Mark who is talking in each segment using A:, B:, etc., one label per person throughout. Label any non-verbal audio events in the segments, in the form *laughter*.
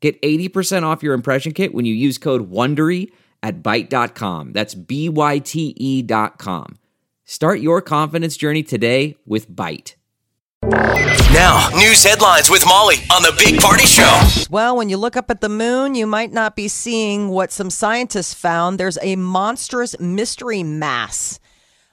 A: Get 80% off your impression kit when you use code WONDERY at Byte.com. That's B-Y-T-E E dot com. Start your confidence journey today with Byte.
B: Now, news headlines with Molly on the Big Party Show.
C: Well, when you look up at the moon, you might not be seeing what some scientists found. There's a monstrous mystery mass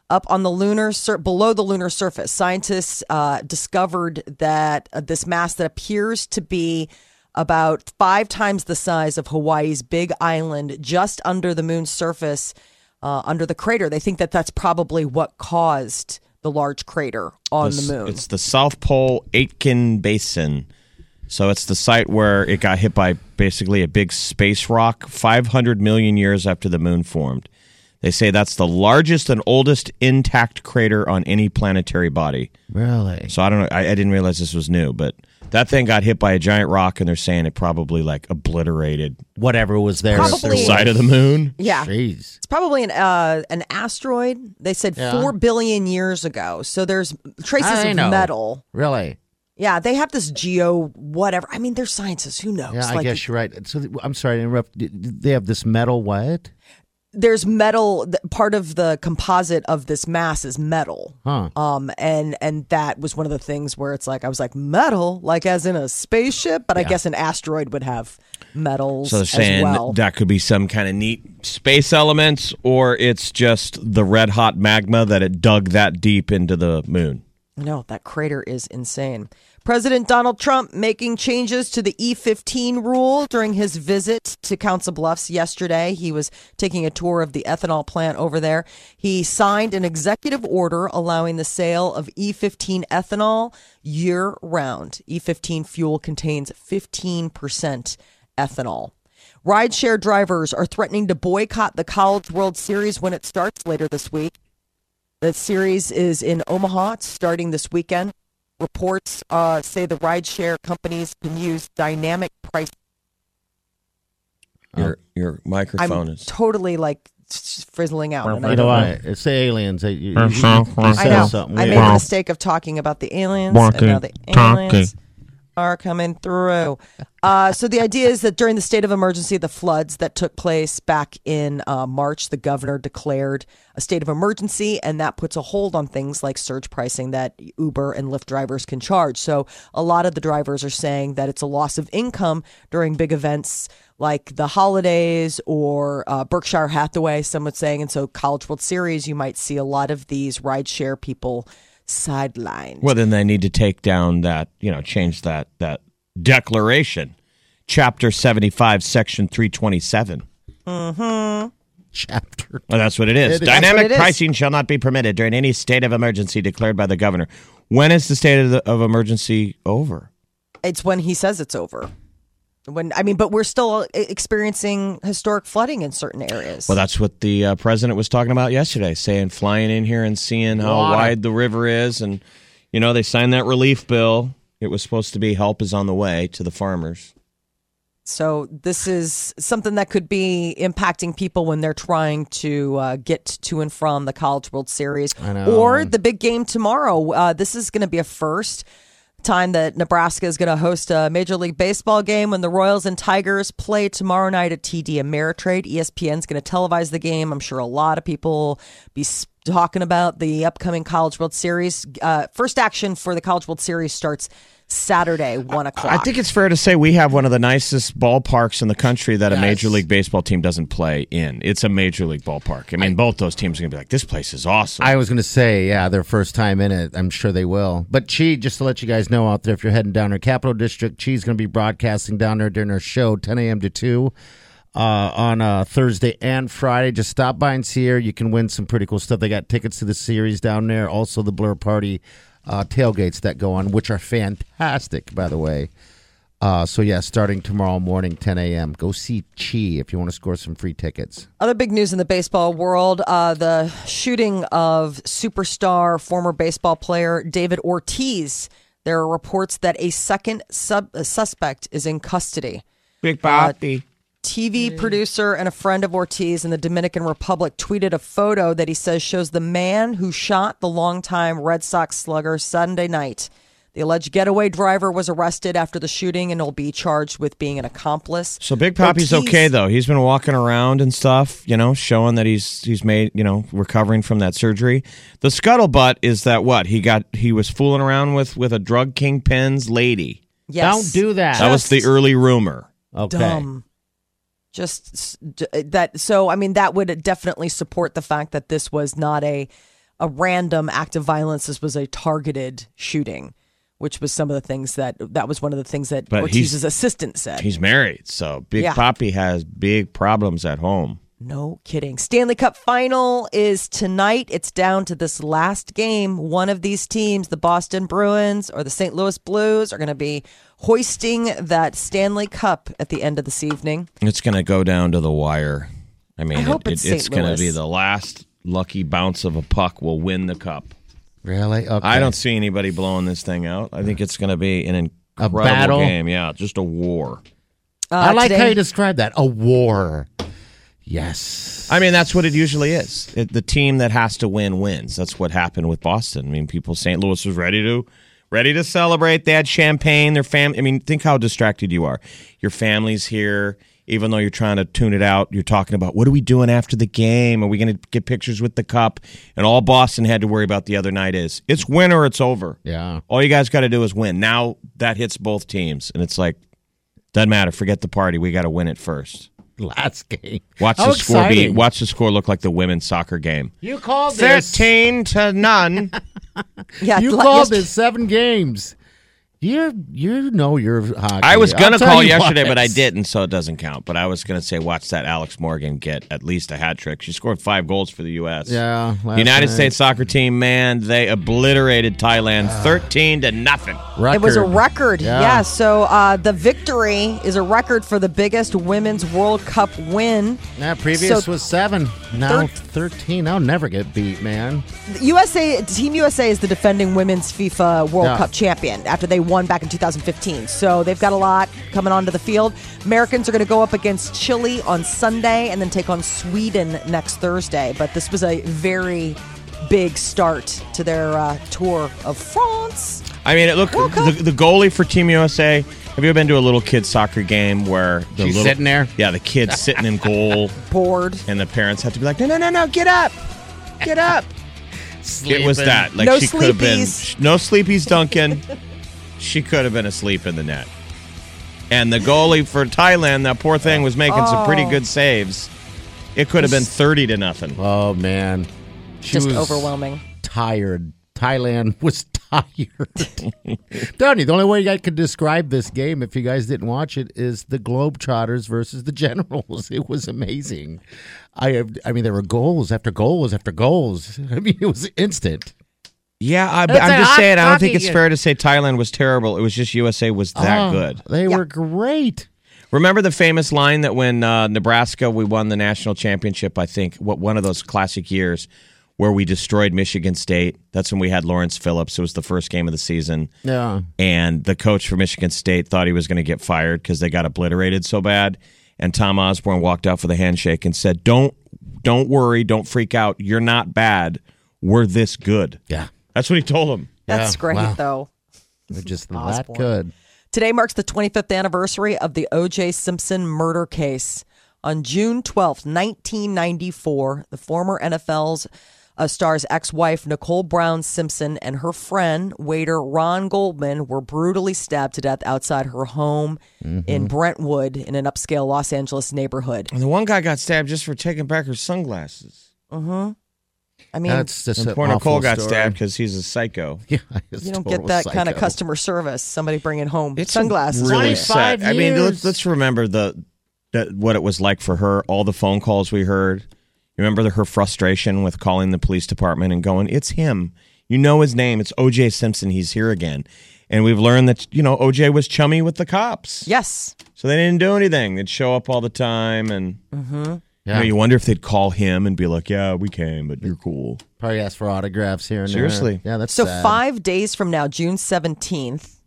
C: up on the lunar sur- below the lunar surface. Scientists uh, discovered that uh, this mass that appears to be about five times the size of Hawaii's Big Island, just under the moon's surface, uh, under the crater. They think that that's probably what caused the large crater on the moon.
D: It's the South Pole Aitken Basin. So it's the site where it got hit by basically a big space rock 500 million years after the moon formed. They say that's the largest and oldest intact crater on any planetary body.
E: Really?
D: So I don't know. I, I didn't realize this was new, but that thing got hit by a giant rock, and they're saying it probably like obliterated
E: Whatever was there.
D: the
C: Probably-
E: There was-
D: side of the moon.
C: yeah.
E: Jeez.
C: It's probably an uh, an asteroid. They said
E: Yeah.
C: four billion years ago. So there's traces
E: I
C: of
E: know.
C: metal.
E: Really?
C: Yeah, they have this geo whatever. I mean, they're scientists. Who knows?
E: Yeah, I guess you're right. So th- I'm sorry to interrupt. D- d- They have this metal what?
C: there's metal. th- Part of the composite of this mass is metal.
E: Huh.
C: Um, and and that was one of the things where it's like I was like metal, like as in a spaceship, but I guess an asteroid would have metals
D: So they're
C: as
D: saying
C: well.
D: that could be some kind of neat space elements, or it's just the red hot magma that it dug that deep into the moon.
C: No, that crater is insane. President Donald Trump making changes to the E15 rule during his visit to Council Bluffs yesterday. He was taking a tour of the ethanol plant over there. He signed an executive order allowing the sale of E15 ethanol year round. E15 fuel contains 15% ethanol. Rideshare drivers are threatening to boycott the College World Series when it starts later this week. The series is in Omaha, It's starting this weekend. Reports uh, say the rideshare companies can use dynamic price.
D: Your your microphone
C: I'm
D: is.
C: totally like s- frizzling out. and I
E: You know
C: don't-
E: what? It's the aliens. They, you, you, you
C: I know.
E: said something.
C: I
E: Yeah.
C: made the mistake of talking about the aliens, and now the aliens are coming through. Uh, so the idea is that during the state of emergency, the floods that took place back in uh, March, the governor declared a state of emergency, and that puts a hold on things like surge pricing that Uber and Lyft drivers can charge. So a lot of the drivers are saying that it's a loss of income during big events like the holidays or uh, Berkshire Hathaway, someone's saying. And so College World Series, you might see a lot of these rideshare people sidelined.
D: Well, then they need to take down that you know change that that declaration, chapter seventy five, section three twenty seven.
E: Chapter.
D: Well, that's what it is.
E: It is.
D: Dynamic
C: That's what it is.
D: pricing shall not be permitted during any state of emergency declared by the governor. When is the state of, the, of emergency over?
C: It's when he says it's over. When I mean, but we're still experiencing historic flooding in certain areas.
D: Well, that's what the uh, president was talking about yesterday, saying flying in here and seeing how
E: Water.
D: wide the river is, and you know they signed that relief bill. It was supposed to be help is on the way to the farmers.
C: so this is something that could be impacting people when they're trying to uh, get to and from the College World Series or the big game tomorrow. Uh, this is going to be a first time that Nebraska is going to host a Major League Baseball game when the Royals and Tigers play tomorrow night at TD Ameritrade. E ESPN's going to televise the game. I'm sure a lot of people be s- talking about the upcoming College World Series. Uh, first action for the College World Series starts Saturday, one o'clock.
D: I think it's fair to say we have one of the nicest ballparks in the country that a Major League Baseball team doesn't play in. It's a Major League ballpark. I mean, both those teams are going to be like, this place is awesome.
E: I was going to say, yeah, their first time in it. I'm sure they will. But Chi, just to let you guys know out there, if you're heading down to Capital District, Chi's going to be broadcasting down there during her show, 10 a.m. to 2 uh, on uh, Thursday and Friday. Just stop by and see her. You can win some pretty cool stuff. They got tickets to the series down there, also the Blur Party uh, tailgates that go on, which are fantastic, by the way. Uh, so yeah, starting tomorrow morning, 10 a.m. Go see Chi if you want to score some free tickets.
C: Other big news in the baseball world uh, the shooting of superstar, former baseball player David Ortiz. There are reports that a second sub- uh, suspect is in custody.
D: Big party.
C: TV producer and a friend of Ortiz in the Dominican Republic tweeted a photo that he says shows the man who shot the longtime Red Sox slugger Sunday night. The alleged getaway driver was arrested after the shooting and will be charged with being an accomplice.
D: So Big Poppy's
C: Ortiz-
D: okay though. He's been walking around and stuff, you know, showing that he's he's made, you know, recovering from that surgery. The scuttlebutt is that what? He got he was fooling around with with a drug kingpin's lady.
C: Yes.
E: Don't do that.
D: That was the
C: Just-
D: early rumor.
E: Okay.
C: dumb. Just s- d- uh, that. So, I mean, that would definitely support the fact that this was not a a random act of violence. This was a targeted shooting, which was some of the things that that was one of the things that
D: But he's-
C: Ortiz's assistant said.
D: He's married, so Big
C: Yeah.
D: Poppy has big problems at home.
C: No kidding. Stanley Cup final is tonight. It's down to this last game. One of these teams, the Boston Bruins or the St. Louis Blues, are going to be hoisting that Stanley Cup at the end of this evening.
D: It's going to go down to the wire. I mean,
C: I
D: it-
C: hope
D: it-
C: it's
D: it's,
C: St.
D: going
C: Louis.
D: to be the last lucky bounce of a puck will win the cup.
E: Really? Okay.
D: I don't see anybody blowing this thing out. I think it's going to be an incredible
E: battle?
D: game. Yeah, just a war.
C: Uh,
E: I like how
C: today-
E: you describe that. A war. Yes.
D: I mean, that's what it usually is. It, the team that has to win wins. That's what happened with Boston. I mean, people, St. Louis was ready to ready to celebrate. They had champagne. Their fam. I mean, think how distracted you are. Your family's here. Even though you're trying to tune it out, you're talking about what are we doing after the game? Are we going to get pictures with the cup? And all Boston had to worry about the other night is it's win or it's over.
E: Yeah.
D: All you guys got to do is win. Now that hits both teams, and it's like doesn't matter. Forget the party. We got to win it first.
E: Last game.
D: Watch
E: How
D: the score be.
E: exciting.
D: Watch the score look like the women's soccer game.
E: You called this.
D: Thirteen to none.
C: Yeah,
E: You
C: like
E: called
C: yesterday-
E: this seven games. You you know your hockey.
D: I was
E: I'll
D: gonna
E: tell
D: call
E: you
D: yesterday,
E: what.
D: but I didn't, so it doesn't count. But I was gonna say, watch that Alex Morgan get at least a hat trick. She scored five goals for the U.S.
E: Yeah,
D: The
E: last
D: United
E: night.
D: States soccer team, man, they obliterated Thailand thirteen to nothing.
E: Record.
C: It was a record.
E: Yeah.
C: Yeah. so uh, the victory is a record for the biggest women's World Cup win.
E: Yeah, previous
C: So-
E: was seven.
C: Thir-
E: Now thirteen. I'll never get beat, man.
C: USA Team USA is the defending women's FIFA World
E: Yeah.
C: Cup champion after they won back in 2015. So they've got a lot coming onto the field. Americans are going to go up against Chile on Sunday and then take on Sweden next Thursday. But this was a very big start to their uh, tour of France.
D: I mean, it looked
C: World Cup.
D: the, the goalie for Team USA. Have you ever been to a little kid soccer game where the
E: She's
D: little-
E: sitting there?
D: Yeah, the kid's sitting in
E: *laughs*
D: goal,
C: Bored.
D: and the parents have to be like, no, no, no, no, get up, get up. It was that. Like
C: No
D: she could have been
C: sleepies.
D: no sleepies, Duncan. *laughs* she could have been asleep in the net. And the goalie for Thailand, that poor thing, was making some pretty good saves. It could have been thirty to nothing.
E: Oh man, she
C: Just
E: was
C: overwhelming.
E: Tired. Thailand *laughs* was tired. Donnie, the only way I could describe this game, if you guys didn't watch it, is the Globetrotters versus the Generals. *laughs* It was amazing. I, I mean, there were goals after goals after goals. *laughs* I mean, it was instant.
D: Yeah, I,
E: That's a
D: am just
E: hot
D: saying. I don't
E: hockey
D: think it's
E: game.
D: fair to say Thailand was terrible. It was just USA was that
E: Oh,
D: good.
E: They were great.
D: Remember the famous line that when uh, Nebraska we won the national championship, I think what one of those classic years where we destroyed Michigan State. That's when we had Lawrence Phillips. It was the first game of the season.
E: Yeah.
D: and the coach for Michigan State thought he was going to get fired because they got obliterated so bad. And Tom Osborne walked out with a handshake and said, "Don't, don't worry, don't freak out. You're not bad. We're this good."
E: Yeah.
D: That's what he told him.
C: That's
E: Yeah,
C: great,
E: wow.
C: though.
E: They're just that
C: Osborne.
E: good.
C: Today marks the 25th anniversary of the O.J. Simpson murder case. On June 12, 1994, the former NFL's uh, star's ex wife, Nicole Brown Simpson, and her friend, waiter Ron Goldman, were brutally stabbed to death outside her home
E: Mm-hmm.
C: in Brentwood in an upscale Los Angeles neighborhood.
D: And the one guy got stabbed just for taking back her sunglasses.
C: I mean,
E: That's just
D: And
E: an
D: poor
E: awful
D: Nicole got
E: story.
D: stabbed because he's a psycho.
E: *laughs* Yeah,
C: you don't get that kind of customer service, somebody bringing home
D: It's
C: sunglasses.
D: Really
C: Right.
D: sad.
E: 25
D: I mean,
E: years.
D: let's, let's remember the, the what it was like for her. All the phone calls we heard. You Remember the, her frustration with calling the police department and going, "It's him. You know his name. It's O.J. Simpson. He's here again." And we've learned that, you know, OJ was chummy with the cops.
C: Yes.
D: So they didn't do anything. They'd show up all the time. And you, know,
E: Yeah.
D: you wonder if they'd call him and be like, yeah, we came, but you're cool.
E: Probably ask for autographs here and there.
D: Seriously.
E: Yeah, that's
C: So
E: sad.
C: five days from now, June seventeenth.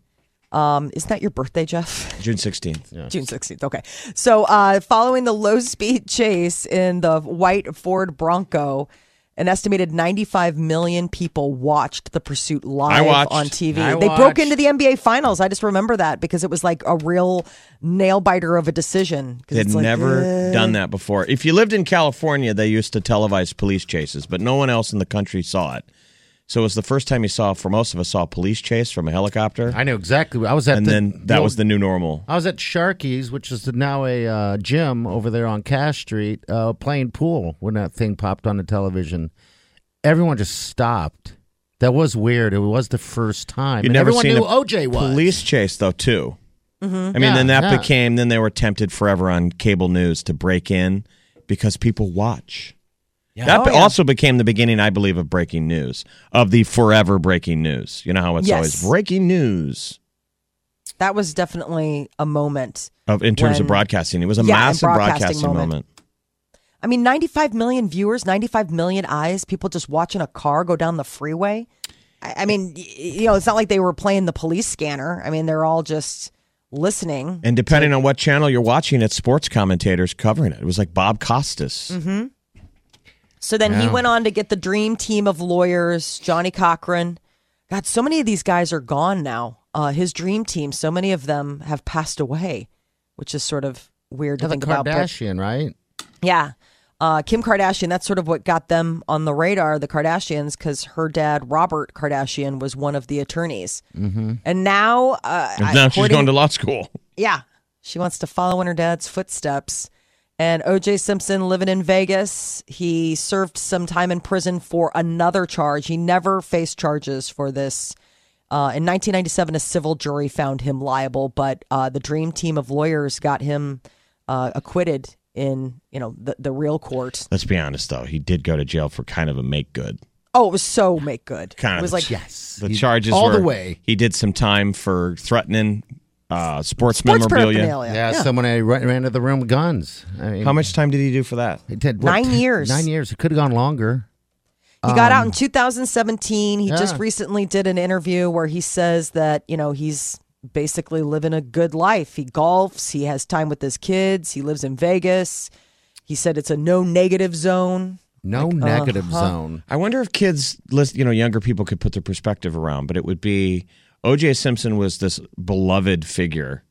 C: Um, isn't that your birthday, Jeff? *laughs*
D: June 16th. Yeah.
C: June 16th. Okay. So, uh, following the low speed chase in the white Ford Bronco, an estimated 95 million people watched the pursuit live
D: watched.
C: on TV.
E: I
C: they broke
E: watched.
C: into the NBA Finals. I just remember that because it was like a real nail biter of a decision. 'Cause
D: They'd
C: it's like,
D: never
C: eh.
D: done that before. If you lived in California, they used to televise police chases, but no one else in the country saw it. So it was the first time you saw, for most of us, saw a police chase from a helicopter.
E: I know exactly. I was at
D: and
E: the,
D: then that was the new normal.
E: I was at Sharky's, which is now a uh, gym over there on Cash Street, uh, playing pool when that thing popped on the television. Everyone just stopped. That was weird. It was the first time.
D: You'd
E: And
D: never
E: everyone
D: seen
E: knew
D: a
E: OJ was.
D: Police chase, though, too.
C: Mm-hmm.
D: I mean,
E: Yeah,
D: then that
E: yeah.
D: became, then they were tempted forever on cable news to break in because people watch.
C: Oh,
D: That be- also became the beginning, I believe, of breaking news, of the forever breaking news. You know how it's
C: Yes.
D: always breaking news
C: That was definitely a moment.
D: of in terms of
C: When-
D: broadcasting. It was a
C: Yeah,
D: massive
C: broadcasting
D: broadcasting
C: moment.
D: moment.
C: I mean, 95 million viewers, 95 million eyes, people just watching a car go down the freeway. I, I mean, y- you know, it's not like they were playing the police scanner. I mean, they're all just listening.
D: And depending on what channel you're watching, it's sports commentators covering it. It was like Bob Costas.
C: Mm-hmm. So then he went on to get the dream team of lawyers, Johnny Cochran. God, so many of these guys are gone now. Uh, his dream team, so many of them have passed away, which is sort of weird to
E: Yeah, the
C: think about. but-
E: Kardashian, right?
C: Yeah. Uh, Kim Kardashian, that's sort of what got them on the radar, the Kardashians, because her dad, Robert Kardashian, was one of the attorneys. Mm-hmm. And now, uh,
D: And now she's
C: according-
D: going to law school.
C: yeah, she wants to follow in her dad's footsteps. And OJ Simpson living in Vegas, he served some time in prison for another charge. He never faced charges for this. Uh, in 1997, a civil jury found him liable, but uh, the dream team of lawyers got him uh, acquitted in you know the, the real court.
D: Let's be honest, though. He did go to jail for kind of a make good.
C: Oh, it was so make good.
D: Kind
C: it
D: of.
C: was like
E: Yes.
D: The
E: He-
D: charges
E: all the
D: were-
E: way.
D: He did some time for threatening uh, sports,
C: sports
D: memorabilia.
C: paraphernalia.
E: Yeah, someone had run, ran into the room with guns. I mean,
D: How much time did he do for that?
E: it did, what,
C: Nine
E: ten-
C: years.
E: Nine years. It could have gone longer.
C: He got out in 2017. He just
E: Um, yeah.
C: recently did an interview where he says that, you know, he's basically living a good life. He golfs, he has time with his kids, he lives in Vegas. He said it's a no negative zone.
E: No
C: uh-huh.
E: negative zone.
D: I wonder if kids, lis- you know, younger people could put their perspective around, but it would be O.J. Simpson was this beloved figure,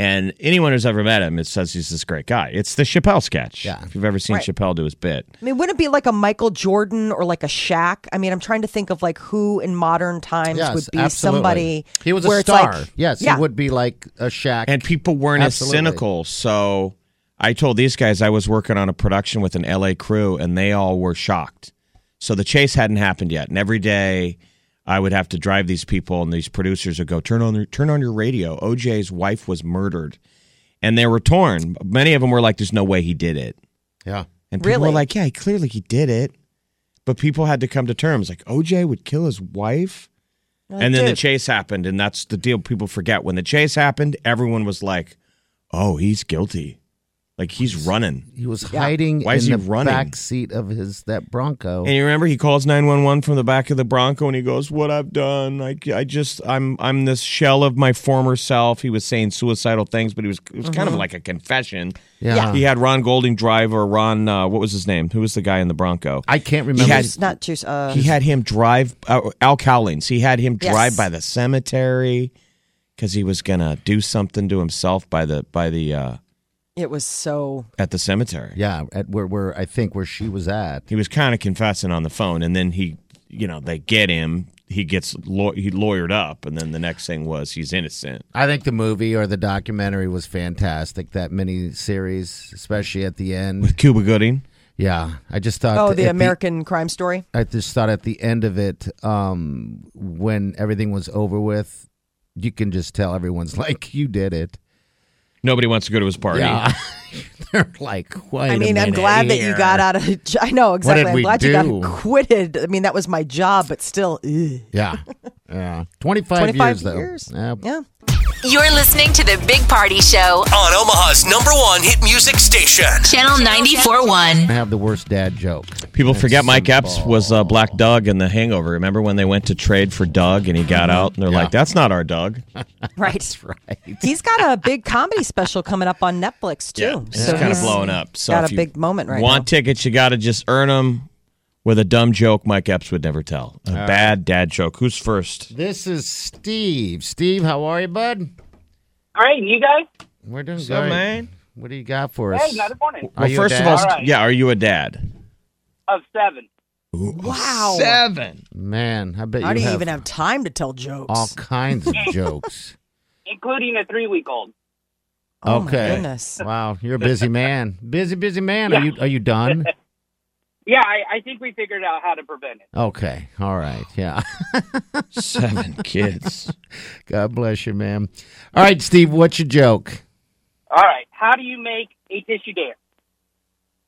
D: and anyone who's ever met him, it says he's this great guy. It's the Chappelle sketch.
E: Yeah.
D: if you've ever seen
C: Right.
D: Chappelle do his bit,
C: I mean, wouldn't it be like a Michael Jordan or like a Shaq? I mean, I'm trying to think of like who in modern times
E: Yes,
C: would be
E: absolutely.
C: somebody.
E: He was
C: where
E: a
C: it's like-
E: star. yes,
C: yeah.
E: he would be like a Shaq.
D: and people weren't as
E: Absolutely.
D: cynical. So I told these guys I was working on a production with an L.A. crew, and they all were shocked. So the chase hadn't happened yet, and every day I would have to drive these people, and these producers would go, "Turn on, your- turn on your radio. O.J.'s wife was murdered." and they were torn. Many of them were like, "There's no way he did it,"
E: yeah.
D: and people
C: Really?
D: were like, "Yeah, he- clearly he did it." But people had to come to terms, like OJ would kill his wife, and then the
C: dude.
D: chase happened, and that's the deal. People forget when the chase happened, everyone was like, "Oh, he's guilty," like he's running.
E: He was hiding
D: Why
E: in
D: is
E: the
D: he running?
E: back seat of his that Bronco.
D: And you remember he calls nine one one from the back of the Bronco, and he goes, "What I've done, I, I just I'm I'm this shell of my former self." He was saying suicidal things, but he was it was kind of like a confession.
E: yeah.
D: He had Ron Golding drive or Ron, uh, what was his name? Who was the guy in the Bronco?
E: I can't remember.
D: He had-
C: Juice, not juice. Uh,
D: He had him drive, uh, Al Cowlings, he had him
C: Yes.
D: drive by the cemetery because he was going to do something to himself by the, by the, uh,
C: it was so.
D: at the cemetery.
E: yeah, at where where I think where she was at.
D: He was kind of confessing on the phone and then he, you know, they get him. He gets, law- he lawyered up. And then the next thing was he's innocent.
E: I think the movie or the documentary was fantastic. That mini series, especially at the end.
D: Cuba Gooding.
E: Yeah, I just thought.
C: Oh,
E: that
C: the
E: at
C: American crime story.
E: I just thought at the end of it, um, when everything was over with, you can just tell everyone's *laughs* like, "You did it."
D: Nobody wants to go to his party.
E: Yeah, *laughs* They're like, wait.
C: I mean, I'm glad that you got out of. I know exactly.
E: did
C: I'm
E: we
C: glad you
E: do?
C: got quitted. I mean, that was my job, but still. Ugh.
E: Yeah,
C: *laughs*
E: yeah. Twenty
C: 25
E: five years though.
C: years.
E: Yeah.
C: Yeah.
F: You're listening to the Big Party Show,
B: on Omaha's number one hit music station.
F: Channel 94.1.
E: I have the worst dad joke.
D: People forget Mike Epps was uh, Black Doug in The Hangover. Remember when they went to trade for Doug and he got out and they're like, "That's not our Doug."
C: Right. He's got a big comedy special coming up on Netflix too.
D: it's kind of blowing up. So
C: got
D: if
C: a
D: you
C: big moment right
D: want
C: now.
D: tickets? You got to just earn them with a dumb joke Mike Epps would never tell. A bad dad joke. Who's first?
E: This is Steve. Steve, how are you, bud?
G: All right, you guys.
E: We're doing
D: up,
E: great.
D: man?
E: What do you got for us?
G: Hey, another morning.
E: Are
D: Well,
E: you a
D: first of
E: dad?
D: all,
G: All right.
D: yeah, are you a dad?
G: Of seven.
C: Wow.
D: Seven.
E: man, I bet
C: How
E: you,
C: do you
E: have
C: even have time to tell jokes? Oh,
E: all
C: *laughs*
E: kinds of jokes.
G: Including a three week old.
C: Oh, my
E: okay.
C: goodness.
E: Wow, you're a busy man. Busy, busy man. Are you are
C: *laughs*
E: you done?
G: Yeah, I, I think we figured out how to prevent it.
E: Okay. All right. Yeah. *laughs*
D: *laughs* Seven kids.
E: God bless you, man. All right, Steve, what's your joke?
G: All right. How do you make a tissue dance?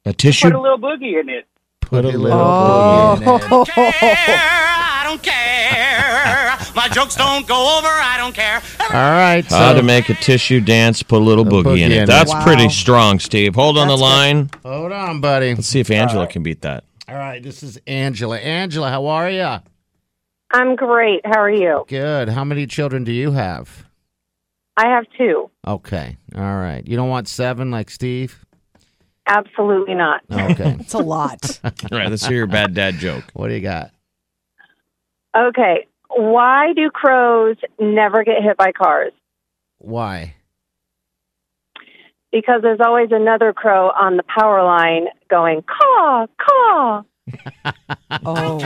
D: A
G: Put
D: tissue.
G: a little boogie in it.
E: Put, a little
C: Oh,
H: I don't care. My jokes don't go over. I don't care.
E: All right. So,
D: How to make a tissue dance? Put a little boogie, in it. That's
C: Wow.
D: pretty strong, Steve. Hold on the line.
E: hold on, buddy.
D: Let's see if Angela can beat that.
E: All right. This is Angela. Angela, how are you?
I: I'm great. How are you?
E: Good. How many children do you have?
I: I have two.
E: Okay. All right. You don't want seven like Steve?
I: Absolutely not.
E: *laughs* Okay.
C: it's a lot.
D: All right, let's hear your bad dad joke.
E: what do you got?
I: Okay. Why do crows never get hit by cars?
E: Why?
I: Because there's always another crow on the power line going caw caw.
C: Oh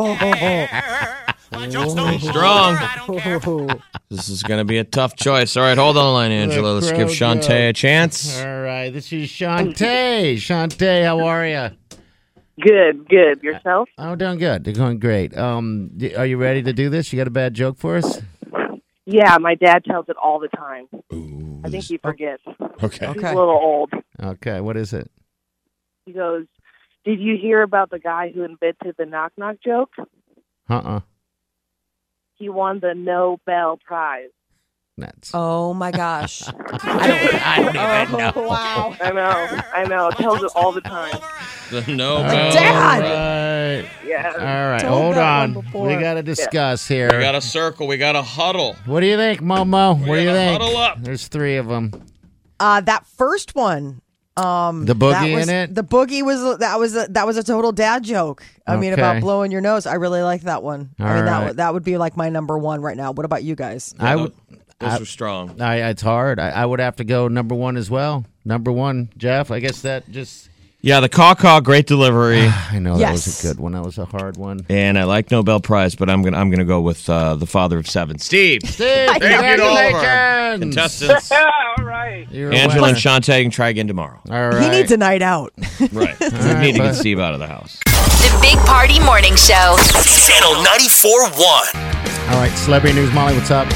C: wow. *laughs*
H: My jokes don't go
D: Strong.
H: over. I don't care.
D: *laughs* This is going to be a tough choice. All right, hold on the line, Angela. Let's give
E: crowd
D: Shantae
E: goes.
D: a chance. *laughs*
E: All right. This is Shantae. Shantae, how are you?
I: Good, good. Yourself?
E: Oh, doing good. They're going great. Um, d- are you ready to do this? You got a bad joke for us?
I: Yeah, my dad tells it all the time. I think
G: oh,
I: he forgets.
D: Okay.
I: He's
C: Okay.
I: a little old.
E: Okay. What is it?
I: He goes, Did you hear about the guy who invented the knock knock joke?
E: Uh uh
I: He won the Nobel Prize.
E: Nuts.
C: Oh my gosh. I don't, I don't even know. Wow.
I: I know, I know.
G: *laughs*
I: Tells it all the time.
D: No,
C: Dad!
E: All right.
I: Yeah.
E: All right.
C: Told
E: Hold
C: that
E: on.
C: one before.
E: We got to discuss here.
D: We got a circle. We got a huddle.
E: what do you think, Momo? What do you
D: gotta
E: think?
D: huddle up.
E: There's three of them.
C: *laughs* Uh, that first one. Um,
E: The boogie
C: that was-
E: in it?
C: The boogie was that was a, that was a total dad joke. I mean,
E: Okay.
C: about blowing your nose. I really like that one. I mean, that
E: Alright.
C: would- that would be like my number one right now. What about you guys?
E: I would.
D: Those were strong.
E: I, it's hard. I, I would have to go number one as well. Number one, Jeff. I guess that just.
D: Yeah, the caw caw, great delivery.
E: I know that
C: Yes.
E: was a good one. That was a
C: *laughs*
E: hard one.
D: and I like Nobel Prize, but I'm gonna I'm gonna go with uh, the father of seven, Steve.
E: Steve,
D: it over.
E: congratulations.
D: Contestants.
G: Yeah, all right.
E: *laughs* You're a
D: Angela and
E: winner.
D: Shantae can try again tomorrow.
E: All right.
C: He needs a night out.
D: *laughs* Right. we need to get Steve out of the house.
F: The Big Party Morning Show.
B: Channel 94.1.
E: All right. Celebrity news, Molly. What's up?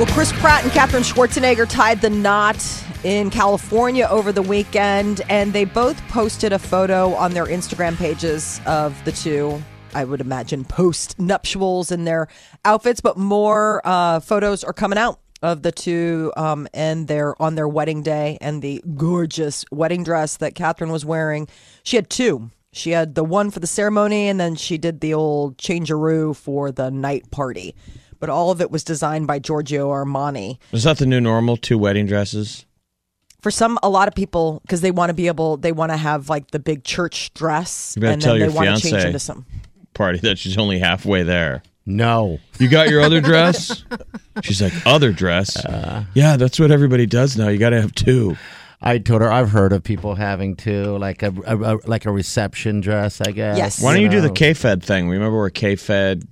C: Well, Chris Pratt and Katherine Schwarzenegger tied the knot in California over the weekend, and they both posted a photo on their Instagram pages of the two. I would imagine post nuptials in their outfits, but more uh, photos are coming out of the two um, and they're on their wedding day and the gorgeous wedding dress that Catherine was wearing. She had two. She had the one for the ceremony and then she did the old changeroo for the night party. But all of it was designed by Giorgio Armani.
D: Is that the new normal? Two wedding dresses.
C: For some, a lot of people, because they want to be able, they want to have like the big church dress
D: You better
C: and
D: tell
C: then
D: your
C: they want to change
D: fiancé.
C: into something.
D: Party that she's only halfway there.
E: No.
D: You got your other dress? She's like, other dress? yeah, that's what everybody does now. You got to have two.
E: I told her I've heard of people having to like a, a- a- like a reception dress. I guess.
C: Yes.
D: Why don't you do the
E: know.
D: K Fed thing? Remember where K Fed,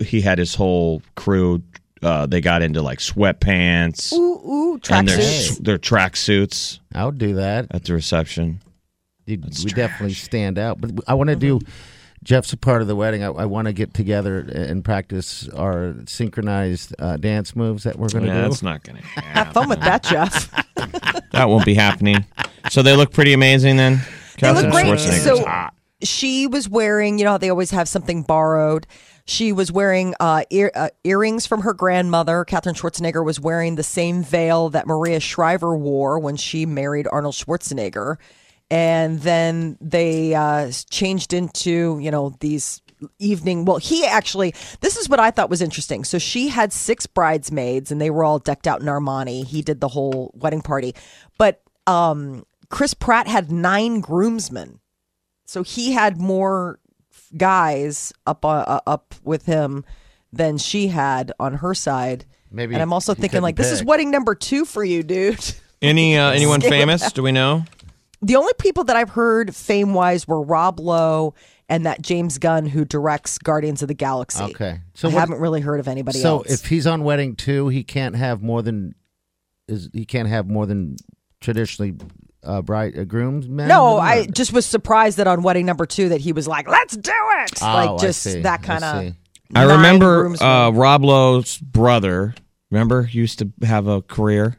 D: he had his whole crew, uh, they got into like sweatpants
C: Ooh, ooh,
D: and their,
C: tracksuits.
D: their tracksuits
E: I'll do that.
D: at the reception. Mm-hmm.
E: Dude, we definitely stand out. But I want to do Jeff's a part of the wedding. I, I want to get together and practice our synchronized uh, dance moves that we're going to
D: Yeah,
E: do.
D: that's not going to
C: *laughs* Have fun
D: happen.
C: with that, Jeff.
D: that won't be happening. So they look pretty amazing then.
C: They look
D: Katherine
C: great.
D: Schwarzenegger's
C: So
D: hot.
C: she was wearing, you know, how they always have something borrowed. She was wearing uh, ear, uh, earrings from her grandmother. Katherine Schwarzenegger was wearing the same veil that Maria Shriver wore when she married Arnold Schwarzenegger. And then they uh, changed into, you know, these evening. Well, he actually, this is what I thought was interesting. So she had six bridesmaids and they were all decked out in Armani. He did the whole wedding party. But um, Chris Pratt had nine groomsmen. So he had more f- guys up uh, uh, up with him than she had on her side.
E: Maybe
C: and I'm also
E: he
C: thinking
E: couldn't
C: like this is
E: pick.
C: wedding number 2 for you, dude. *laughs*
D: Any uh, anyone famous? Do we know?
C: The only people that I've heard fame-wise were Rob Lowe and that James Gunn who directs Guardians of the Galaxy.
E: Okay. So
C: So I
E: what-
C: haven't really heard of anybody
E: So
C: else.
E: if he's on wedding two, he can't have more than is he can't have more than traditionally uh, bride uh, groomsmen.
C: no,
E: Or-
C: I just was surprised that on wedding number 2 that he was like, "Let's do it."
E: Oh,
C: like
E: I
C: just
E: see.
C: that
E: I
C: kind of
E: see.
D: I
C: Nine
D: remember
C: groomsmen.
D: uh, Rob Lowe's brother. Remember, he used to have a career.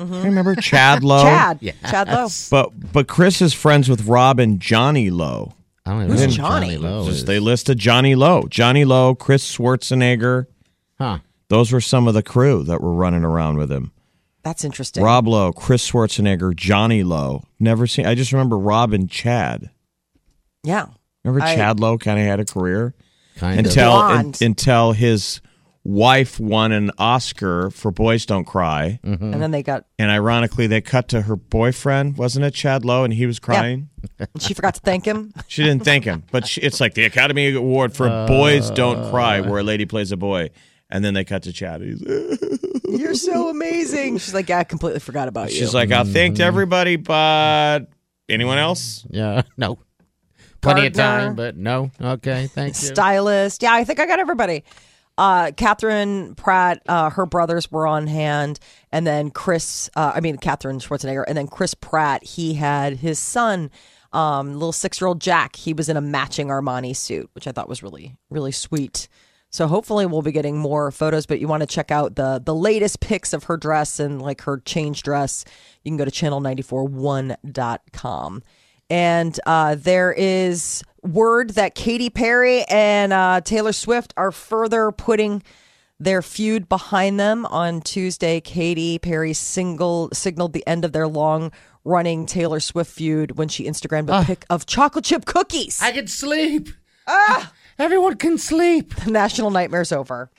D: I
C: *laughs*
D: remember Chad Lowe.
C: Mm-hmm. Chad. Chad Lowe.
D: But but Chris is friends with Rob and Johnny Lowe.
E: I don't even
C: Who's
E: know who
C: Johnny?
E: Lowe
D: Just-
E: Oh, is.
D: they listed Johnny Lowe, Johnny Lowe, Chris Schwarzenegger.
E: huh?
D: Those were some of the crew that were running around with him.
C: That's interesting.
D: Rob Lowe, Chris Schwarzenegger, Johnny Lowe. Never seen. I just remember Rob and Chad.
C: yeah.
D: Remember
C: I-
D: Chad Lowe kind of had a career
E: Kind of.
D: until un-
C: Blonde.
D: until his wife won an Oscar for Boys Don't Cry,
E: Hmm.
C: And then they got
D: and ironically they cut to her boyfriend, wasn't it Chad Lowe, and he was crying.
C: And she forgot to thank him.
D: She didn't thank him, but she, it's like the Academy Award for
E: Uh,
D: Boys Don't Cry, where a lady plays a boy, and then they cut to Chad. He's,
C: *laughs*
D: *laughs*
C: You're so amazing. She's like, yeah, I completely forgot about you.
D: she's like, I thanked everybody, but anyone else?
E: yeah. *laughs* No. Plenty of
C: Partner.
E: time, but no. Okay. Thank you.
C: stylist. Yeah, I think I got everybody. Uh, Catherine Pratt, uh, her brothers were on hand, and then Chris. Uh, I mean, Catherine Schwarzenegger, and then Chris Pratt. He had his son, um, little six-year-old Jack. He was in a matching Armani suit, which I thought was really, really sweet. So hopefully we'll be getting more photos. But you want to check out the the latest pics of her dress and like her change dress. You can go to channel941.com. And uh, there is word that Katy Perry and uh, Taylor Swift are further putting their feud behind them. On Tuesday, Katy Perry single signaled the end of their long running Taylor Swift feud when she Instagrammed a pic of chocolate chip cookies.
E: Ah. I can sleep. Ah! Everyone can sleep.
C: the national nightmare's over.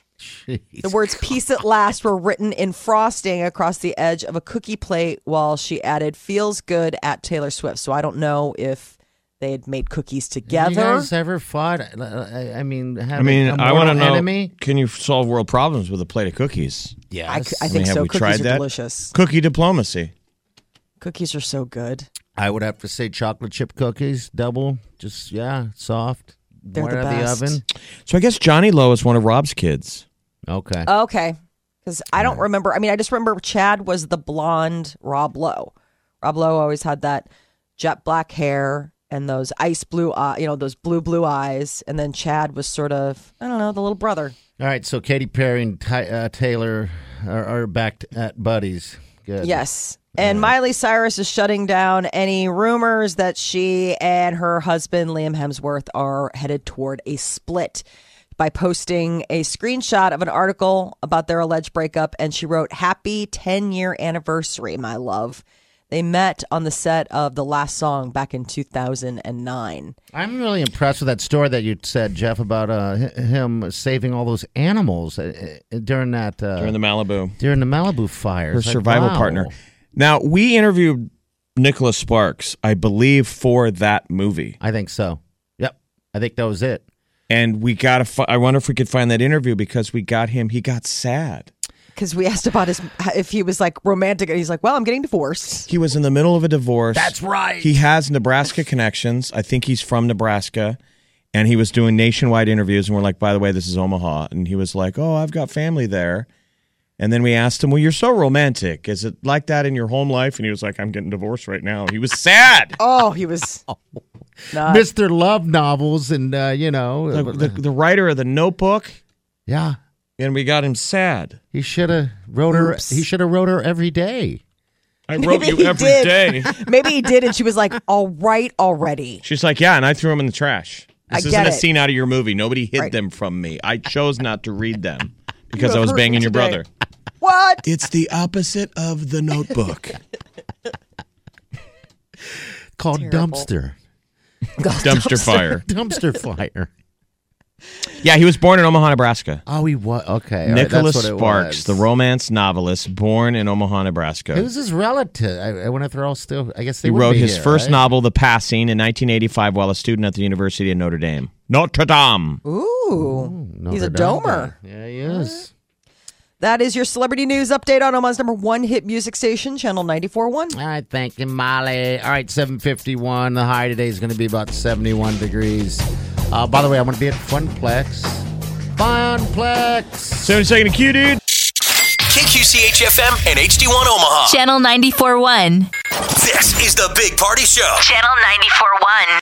C: The words peace at last were written in frosting across the edge of a cookie plate while she added feels good at Taylor Swift. So I don't know if they had made cookies
E: Have you
C: together.
E: guys ever fought? I- I, I mean,
D: I mean,
E: I
D: I want to know:
E: Enemy?
D: Can you solve world problems with a plate of cookies?
E: Yes.
C: I, c- I think
D: have
C: so.
D: we
C: Cookies
D: tried
C: are
D: that?
C: delicious.
D: Cookie diplomacy.
C: Cookies are so good.
E: I would have to say chocolate chip cookies, double, just yeah, soft,
C: They're
E: right
C: the
E: out of
C: best.
E: the oven.
D: So I guess Johnny Lowe is one of Rob's kids.
E: Okay,
C: Oh, Okay. Because I don't remember. I mean, I just remember Chad was the blonde Rob Lowe. Rob Lowe always had that jet black hair and those ice blue, eye, you know, those blue, blue eyes. And then Chad was sort of, I don't know, the little brother.
E: all right. So Katy Perry and Ty, uh, Taylor are, are back t- at buddies. Good.
C: Yes. And Miley Cyrus is shutting down any rumors that she and her husband, Liam Hemsworth, are headed toward a split by posting a screenshot of an article about their alleged breakup. And she wrote, Happy 10 year anniversary, my love. They met on the set of the last song back in 2009.
E: I'm really impressed with that story that you said, Jeff, about uh, hi- him saving all those animals uh, uh, during that uh,
D: During the Malibu.
E: during the Malibu fire.
D: Her
E: It's like,
D: survival
E: wow.
D: partner. Now, we interviewed Nicholas Sparks, I believe, for that movie.
E: I think so. Yep, I think that was it.
D: And we got to, fi- I wonder if we could find that interview because we got him, he got sad.
C: Because we asked about his, if he was like romantic, and he's like, Well, I'm getting divorced.
D: He was in the middle of a divorce.
E: That's right.
D: He has Nebraska connections. I think he's from Nebraska. And he was doing nationwide interviews. And we're like, by the way, this is Omaha. And he was like, oh, I've got family there. And then we asked him, well, you're so romantic. Is it like that in your home life? And he was like, I'm getting divorced right now. He was sad.
C: Oh, he was. not.
E: Mr. Love novels and uh, you know
D: The, the, the writer of the Notebook,
E: yeah.
D: and we got him sad.
E: He should have wrote her
C: Oops.
E: he should have wrote her every day.
D: I wrote
C: Maybe
D: you
C: he
D: every day.
C: did. Maybe he did, and she was like, "All right, already."
D: She's like, yeah, and I threw them in the trash.
C: I
D: This
C: get
D: isn't a
C: it.
D: scene out of your movie. Nobody hid
C: Right.
D: them from me. I chose not to read
C: *laughs*
D: them because I was
C: hurt
D: banging
C: me
D: your
C: today.
D: brother.
C: What?
D: It's the opposite of
C: *laughs*
D: the Notebook.
E: Called
C: Terrible.
E: dumpster. *laughs*
D: Dumpster fire.
E: Dumpster fire.
D: Yeah, he was born in Omaha, Nebraska.
E: Oh, he was okay. all right, that's
D: Nicholas
E: what it
D: Sparks,
E: was.
D: the romance novelist, born in Omaha, Nebraska.
E: It was his relative. I, I wonder if they're all still. I guess they
D: He
E: would
D: wrote
E: be
D: his
E: here,
D: first
E: right?
D: novel, The Passing, in 1985 while a student at the University of Notre Dame. Notre Dame.
C: Ooh,
E: Mm, Notre
C: he's a
E: Dame.
C: domer.
E: Yeah, he is.
C: That is your celebrity news update on Omaha's number one hit music station, Channel 94.1.
E: All right, thank you, Molly. All right, 751. The high today is going to be about 71 degrees. Uh, by the way, I'm going to be at Funplex. Funplex!
D: 70 second to Q, dude.
B: KQCH FM and HD1 Omaha.
F: Channel 94.1.
B: This is the Big Party Show.
F: Channel 94.1.